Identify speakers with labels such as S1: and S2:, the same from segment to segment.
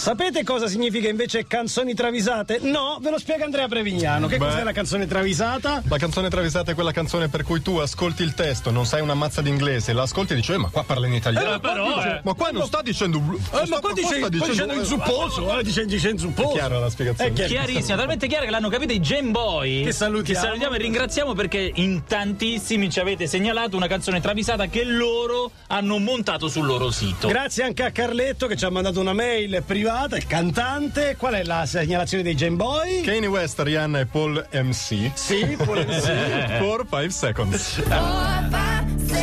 S1: Sapete cosa significa invece canzoni travisate? No, ve lo spiega Andrea Prevignano. Che
S2: Beh.
S1: cos'è la canzone travisata?
S2: La canzone travisata è quella canzone per cui tu ascolti il testo, non sai una mazza di inglese, la ascolti e dici, eh, ma qua parla in italiano.
S1: ma però,
S2: dice-
S1: eh.
S2: ma qua non sta dicendo.
S1: Eh, ma qua dice, qua dicendo
S2: eh,
S1: inzupposo, eh, dice, dice inzupposo.
S2: È chiara la spiegazione.
S1: È chiaro.
S3: Chiarissima, talmente chiara che l'hanno capita i Gem Boy.
S1: Che salutiamo.
S3: Che salutiamo e ringraziamo perché in tantissimi ci avete segnalato una canzone travisata che loro hanno montato sul loro sito.
S1: Grazie anche a Carletto che ci ha mandato una mail privata, il cantante. Qual è la segnalazione dei Game Boy?
S2: Kanye West, Rihanna e Paul MC.
S1: Sì, pure sì.
S2: 4 5 seconds.
S4: Four, five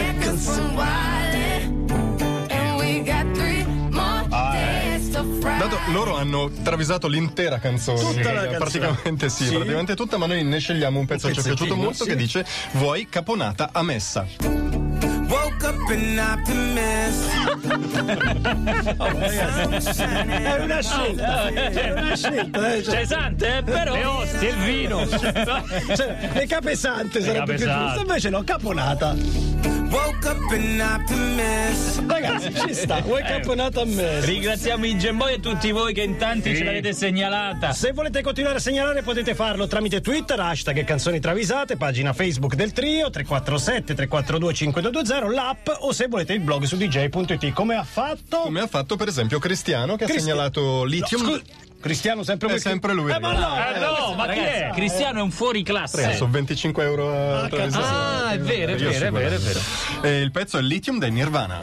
S4: seconds from wildin', and we got three more days to fry.
S2: Dato, loro hanno travisato l'intera canzone.
S1: Tutta la
S2: Eh,
S1: canzone.
S2: Praticamente sì,
S1: Sì.
S2: praticamente tutta, ma noi ne scegliamo un pezzo che ci è piaciuto
S1: pezzettino,
S2: molto
S1: sì.
S2: che dice Vuoi caponata a messa.
S5: Woke up an optimist.
S1: È una scelta, Ah, sì, è una scelta. eh, cioè,
S3: Pesante, eh, però. Le ostie, il vino.
S1: cioè, le capesante sarebbe più
S3: capesante.
S1: giusto, invece l'ho caponata.
S5: Woke up an optimist.
S1: Ragazzi, ci sta, vuoi caponata a me?
S3: Ringraziamo i Gem Boy e tutti voi che in tanti ce l'avete segnalata.
S1: Se volete continuare a segnalare potete farlo tramite Twitter, hashtag canzoni travisate, pagina Facebook del trio 347 342 5220, l'app o se volete il blog su dj.it. Come ha fatto?
S2: Come ha fatto per esempio Cristiano che ha
S1: Cristiano.
S2: segnalato Lithium.
S1: Scu- Cristiano sempre
S2: È
S1: lui.
S2: sempre lui.
S1: Eh, ma no,
S3: Eh no, ma chi è? Cristiano è un fuori
S2: Sono
S1: Eh.
S3: classe.
S2: 25 euro a travisata.
S3: Ah, è vero, è
S2: Io
S3: vero, è
S2: seguo.
S3: vero, è vero.
S2: E il pezzo è Lithium dai Nirvana.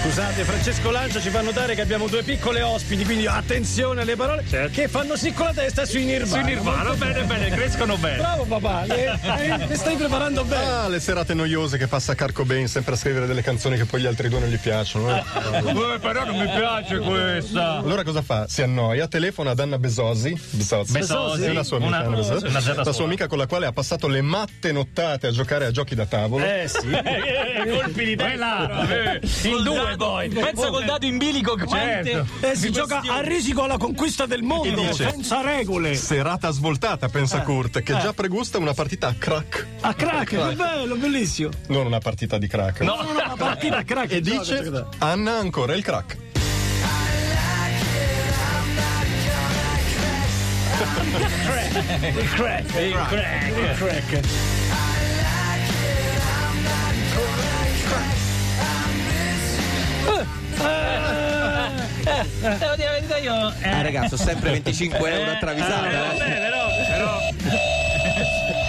S1: Scusate, Francesco Lancia ci fa notare che abbiamo due piccole ospiti, quindi attenzione alle parole che fanno sì con la testa sui Nirvana.
S3: Certo. bene, bene, crescono bene.
S1: Bravo papà, eh, eh, ti stai preparando bene.
S2: Ah, le serate noiose che passa Carco Bain sempre a scrivere delle canzoni che poi gli altri due non gli piacciono. eh.
S3: però non mi piace questa.
S2: Allora cosa fa? Si annoia, telefona ad Anna Besosi. Besosi.
S3: Besosi,
S2: È la sua amica.
S3: una-
S2: Anna Besosi.
S3: una zeta
S2: la sua
S3: sola.
S2: amica con la quale ha passato le matte nottate a giocare a giochi da tavolo.
S1: Eh sì.
S3: colpi di testa in due poi pensa col dato in bilico quante
S1: Eh, si gioca a risico alla conquista del mondo,
S2: dice-
S1: senza regole.
S2: Serata svoltata,
S3: Ah.
S2: pensa Kurt, che già pregusta una partita a crack.
S1: A crack, che bello, bellissimo.
S2: Non una partita di crack. No.
S1: Una partita a crack.
S2: E dice Anna ancora il crack.
S1: il crack.
S3: il crack
S1: Il crack.
S3: devo dire la verità io eh,
S5: Ah, ragazzo, sempre 25 euro a travisata.
S3: eh, vabbè, però, però.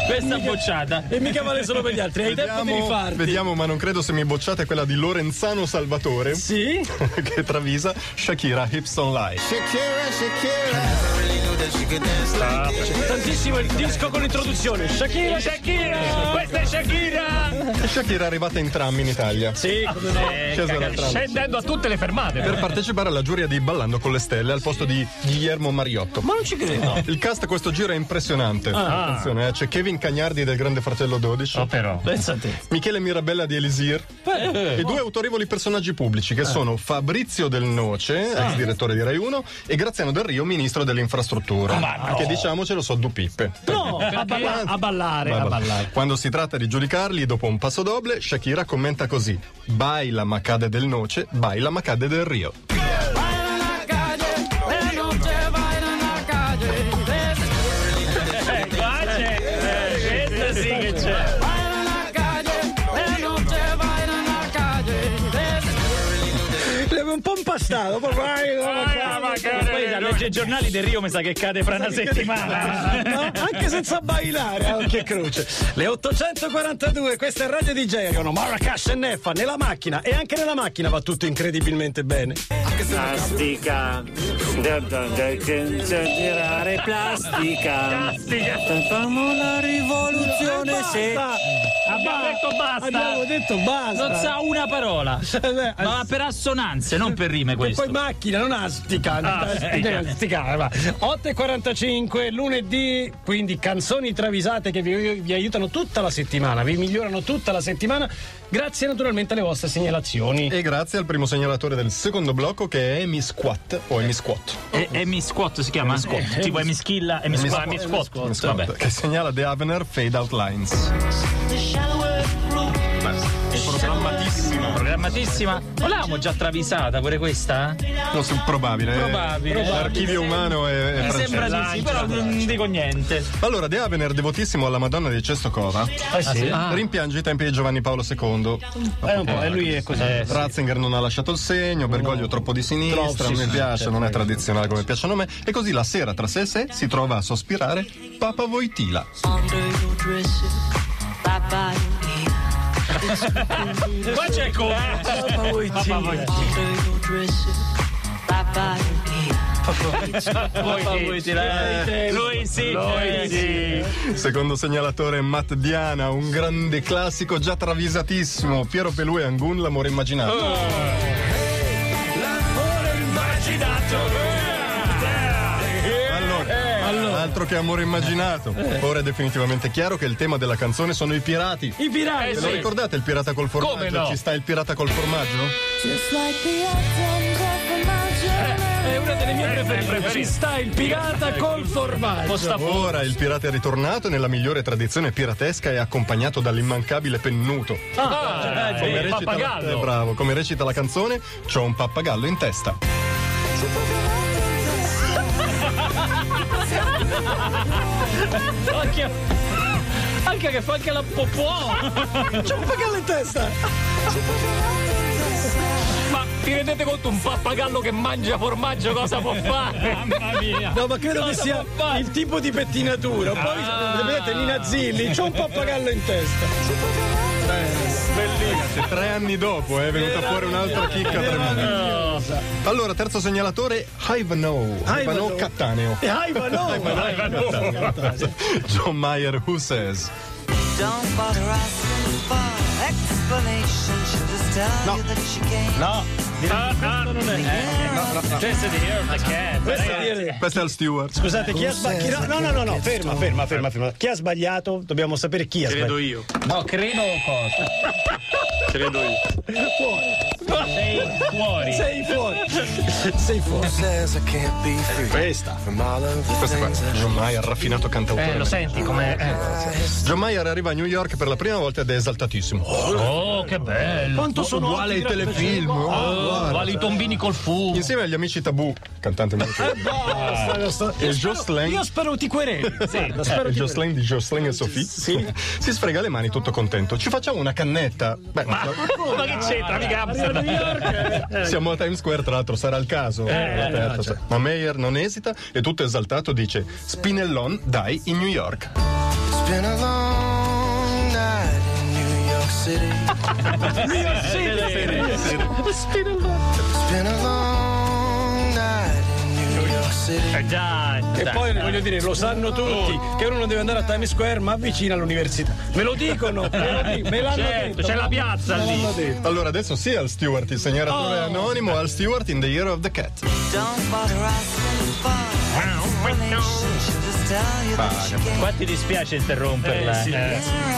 S3: questa bocciata
S1: E mica vale solo per gli altri, hai tempo di
S2: Vediamo,
S1: rifarti.
S2: vediamo, ma non credo se mi bocciate quella di Lorenzano Salvatore.
S1: Sì?
S2: che travisa Shakira Hips Online.
S5: Shakira, Shakira. I really knew that she could dance like this.
S1: Tantissimo il disco con l'introduzione. Shakira.
S3: Shakira questa è Shakira
S2: Shakira è arrivata in tram in Italia.
S1: Sì, come no.
S2: Scesa dal tram.
S3: scendendo a tutte le
S1: Eh.
S3: fermate
S2: Per partecipare alla giuria di Ballando con le Stelle al posto di Guillermo Mariotto.
S1: Ma non ci credo. Ah.
S2: Il cast a questo giro è impressionante. Attenzione, eh, c'è Kevin Cagnardi del Grande Fratello 12,
S3: però
S1: Pensa a te.
S2: Michele Mirabella di Elisir e due autorevoli personaggi pubblici che sono Fabrizio Del Noce, ex direttore di Rai 1, e Graziano Del Rio, ministro dell'infrastruttura. Che diciamocelo so due pippe.
S1: No, a, balla- a ballare, a
S2: Vabbè.
S1: ballare.
S2: Quando si tratta di giudicarli, dopo un passo doble, Shakira commenta così: Baila macade del noce, baila macade del rio.
S3: qua c'è eh, questa sì che c'è
S1: L'avevo un po' impastato, poi vai, vai, vai. Eh,
S3: poi a leggere i giornali del Rio mi sa che cade fra una settimana
S1: No, anche senza bailare, oh, che croce. Le 842, questa è Radio DJ, sono Marracash e Neffa nella macchina e anche nella macchina va tutto incredibilmente bene.
S6: plastica da, da, da, che- da tirare plastica facciamo la rivoluzione se
S3: Abbiamo detto basta.
S1: Abbiamo detto basta.
S3: non sa una parola
S1: Eh,
S3: ma per assonanze non per rime
S1: E poi
S3: questo
S1: macchina, non astica.
S3: Ah,
S1: non astica,
S3: certo.
S1: astica, eh, va. 8.45, lunedì, quindi canzoni travisate che vi, vi aiutano tutta la settimana, vi migliorano tutta la settimana, grazie naturalmente alle vostre segnalazioni.
S2: E grazie al primo segnalatore del secondo blocco che è Emi Squat o Emi Squat.
S3: E- Emi Squat si chiama?
S1: Eh,
S3: Squat. Tipo Emi Schilla, Emi Squat. Emi Squat.
S2: Emi Squat,
S3: Vabbè.
S2: Che segnala The Avener Fade Out Lines.
S7: The shallower it grows,
S2: Programmatissima.
S3: Programmatissima. Non l'avevamo già travisata pure questa?
S2: Non so, probabile. eh.
S3: Probabile.
S2: L'archivio umano è, è
S3: Mi sembra
S2: francese.
S3: di sì, però non dico niente.
S2: Allora, De Avener, devotissimo alla Madonna di Cestocova,
S3: Eh, sì?
S2: rimpiange i tempi di Giovanni Paolo II.
S1: È un po', e lui è così.
S3: Eh,
S2: Ratzinger non ha lasciato il segno, Bergoglio troppo di sinistra,
S1: Troppo, sì,
S2: non mi
S1: sì,
S2: piace,
S1: certo,
S2: non è
S1: poi-
S2: tradizionale come piacciono a me. E così la sera tra sé e sé si trova a sospirare Papa Voitila.
S7: Under your dresser, bye bye.
S3: Qua c'è come.
S7: Under your dresser, bye bye.
S3: eh, Lui sì. Lui sì.
S2: Secondo segnalatore Matt Diana, un grande classico già travisatissimo, Piero Pelù e Angun, l'amore immaginato.
S3: Oh. Eh.
S2: Allora, Altro che amore immaginato. Ora è definitivamente chiaro che il tema della canzone sono i pirati.
S1: I pirati.
S2: Ve lo ricordate il pirata col formaggio?
S3: Come no?
S2: Ci sta il pirata col formaggio?
S4: Just like the autumn drop on my
S1: È
S4: journal.
S1: una delle mie preferite. Eh, Ci sta il pirata
S8: Ecco.
S1: col formaggio.
S2: Ora il pirata è ritornato nella migliore tradizione piratesca e accompagnato dall'immancabile pennuto.
S3: Ah, eh, il
S2: eh,
S3: pappagallo.
S2: bravo, come recita la canzone, c'ho un pappagallo in testa.
S3: Occhio. Anche che fa anche la popò.
S8: Ma vi rendete conto un pappagallo che mangia formaggio cosa può fare?
S3: Mamma mia.
S1: No, ma credo che
S3: Cosa
S1: sia
S3: può fare?
S1: il tipo di pettinatura. Poi
S8: Ah.
S1: le vedete Nina Zilli, c'ho un pappagallo in testa.
S2: Ragazzi, tre anni dopo eh, è venuta fuori un'altra chicca tremenda. Allora, terzo segnalatore, Ivanhoe. Ivanhoe
S1: Ivanhoe.
S2: Cattaneo.
S1: E Eh, hai ma no!
S2: John Mayer, who says?
S7: Don't bother asking for explanation. She'll just tell you that she came.
S3: No. non è. Just the hair of the cat.
S1: Questo è dire-
S2: Questo è al Stewart.
S1: Scusate, chi ha sbagliato? No, no, no, no, ferma, ferma, ferma, ferma. Chi ha sbagliato? Dobbiamo sapere chi ha sbagliato.
S8: Credo io,
S3: No, credo cosa.
S8: credo io.
S3: Sei fuori.
S1: Sei fuori. Sei fuori.
S5: Says I can't be free
S2: Questa.
S5: from all of the
S2: Questo qua,
S5: things
S2: John Mayer, raffinato cantautore.
S8: Eh, lo senti com'è? Eh.
S2: John Mayer arriva a New York per la prima volta ed è esaltatissimo.
S8: Oh, che bello!
S1: Quanto sono
S2: uguale ai telefilm. oh, guarda.
S8: Quali i tombini col fumo.
S2: Insieme agli amici tabù, cantante molto.
S1: Eh, Basta, lo sto-
S2: E Jocelyn?
S1: Io spero ti quereli. Guarda, spero
S2: Eh,
S1: ti
S2: Jocelyn di Jocelyn e Sophie si sfrega le mani tutto contento. Ci facciamo una cannetta. Beh,
S8: Ma che c'entra, mica Amsterdam?
S2: Eh, siamo a Times Square, tra l'altro, sarà il
S8: Eh,
S2: caso. La terza, cioè.
S8: certo.
S2: Ma Mayer non esita e tutto esaltato dice: Spinellon, dai, in New York.
S5: It's been a long night in New York City It's been a long night in New York City
S3: Dai.
S1: E poi voglio dire, lo sanno tutti che uno non deve andare a Times Square, ma vicino all'università. Me lo dicono, me, lo dico, me l'hanno
S3: Certo,
S1: detto.
S3: c'è la piazza lì.
S2: Allora adesso sì al Stewart, il segnalatore
S8: Oh.
S2: anonimo, al Stewart in The Year of the Cat.
S7: Don't bother asking for explanation. She'll just tell you that she came.
S3: Qua ti dispiace interromperla. eh.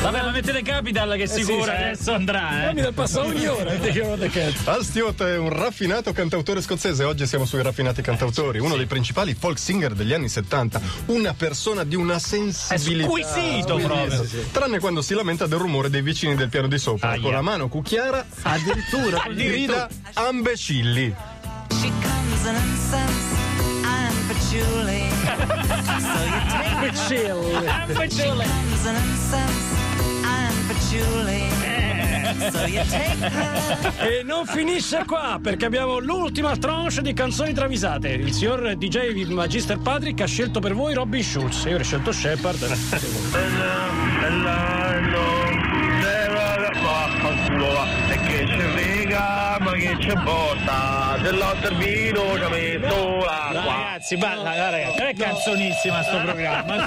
S3: Vabbè, ma mettete Capital che sicuro
S1: sì,
S3: adesso andrà,
S1: Mi
S3: eh.
S1: dà passa ogni ora.
S2: Al Stewart è un raffinato cantautore scozzese, oggi siamo sui raffinati cantautori, uno dei principali folk singer degli anni 70, una persona di una sensibilità.
S3: Squisito proprio.
S2: Tranne quando si lamenta del rumore dei vicini del piano di
S8: Ah,
S2: sopra, con la mano cucchiara, addirittura grida ambecilli.
S7: She comes in incense and patchouli. so you take her comes in incense and patchouli. so you take her.
S1: E non finisce qua perché abbiamo l'ultima tranche di canzoni travisate. Il signor DJ il Magister Patrick ha scelto per voi Robin Schulz. Io ho scelto Shepard.
S9: E che c'è frega, ma che c'è botta, se l'ho servito ci ho messo l'acqua.
S3: Ragazzi, balla, ragazzi. Non è canzonissima sto programma,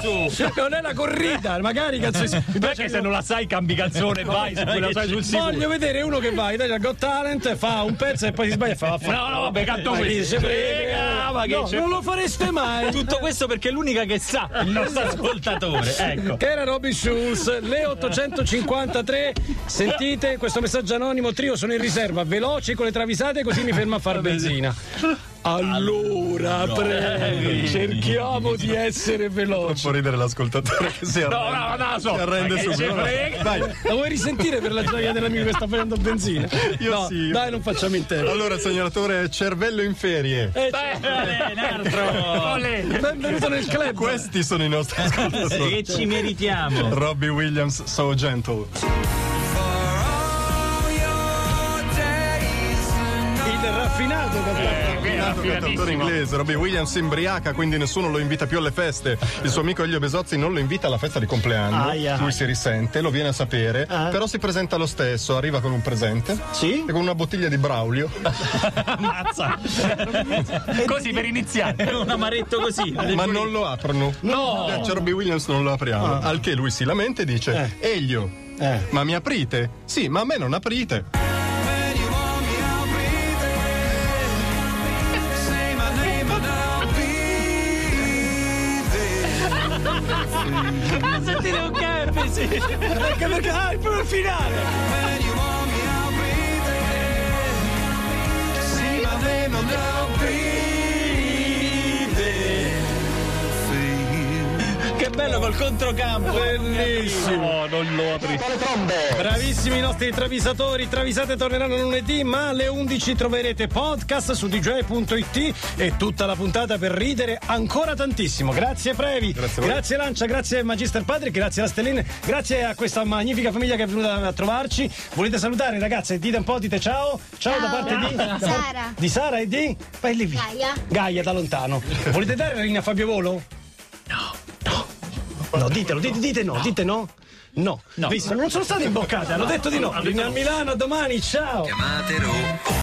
S3: su.
S1: Non è la corrida, magari cazzo.
S3: Perché se non la sai cambi canzone, vai, se la sai sul sicuro.
S1: Voglio vedere uno che va, Italia Got Talent, fa un pezzo e poi si sbaglia e fa vaffanculo.
S3: No, no, vabbè, canto
S1: Ma chi
S3: questo.
S1: se frega, ma che
S3: No,
S1: c'è? Non lo fareste mai.
S3: Tutto questo perché è l'unica che sa il nostro ascoltatore. Ecco.
S1: Che era Robin Schulz, le 853. Sentite questo messaggio anonimo: trio sono in riserva, veloci con le travisate così mi fermo a far benzina. Allora, prego, cerchiamo di essere veloci.
S2: Può ridere l'ascoltatore che si
S8: No,
S2: arrende,
S8: no, no,
S2: si
S8: so.
S2: arrende
S8: Ma che
S2: subito.
S8: ci frega?
S2: Dai,
S1: La vuoi risentire per la gioia dell'amico che sta prendendo benzina?
S2: Io
S1: no,
S2: sì.
S1: Dai, non facciamo in tempo.
S2: allora segnalatore cervello in ferie.
S1: Eh,
S3: Eh, Nardro.
S1: benvenuto nel club.
S2: Questi sono i nostri
S8: eh.
S2: ascoltatori.
S3: Che ci meritiamo.
S2: Robbie Williams, So Gentle.
S1: Il raffinato
S2: Eh,
S1: cantato.
S2: Nato cantautore inglese, Robbie Williams si imbriaca, quindi nessuno lo invita più alle feste. Il suo amico Elio Besozzi non lo invita alla festa di compleanno.
S1: Aia. Ah.
S2: Lui si risente, lo viene a sapere, però si presenta lo stesso, arriva con un presente
S1: Sì?
S2: e con una bottiglia di Braulio.
S3: Mazza.
S8: Così per iniziare.
S3: Un amaretto così.
S2: Ma non lo aprono.
S8: No.
S2: Eh, C'è Robbie Williams, non lo apriamo. Al che lui si lamenta e dice: Elio,
S1: Ah. Eh.
S2: ma mi aprite? Sì, ma a me non aprite.
S3: Sentite un cap, sì.
S1: Anche perché ah, il primo finale.
S3: Che bello col controcampo.
S1: Bellissimo.
S3: non lo apri.
S1: Bravissimi i nostri travisatori. Travisate torneranno lunedì, ma alle 11 troverete podcast su dj.it e tutta la puntata per ridere ancora tantissimo. Grazie Previ,
S2: Grazie a voi.
S1: grazie Lancia, grazie Magister Patrick, grazie a Stelline, grazie a questa magnifica famiglia che è venuta a trovarci. Volete salutare ragazze? Dite un po', dite ciao. Ciao, da parte di da parte-
S10: Sara.
S1: Di Sara e di Belli via.
S10: Gaia.
S1: Gaia da lontano. Volete dare la linea a Fabio Volo? No, ditelo, dite, dite no, dite no. No, Visto, non sono state imboccate, hanno detto di no. Linea a Milano, a domani, ciao.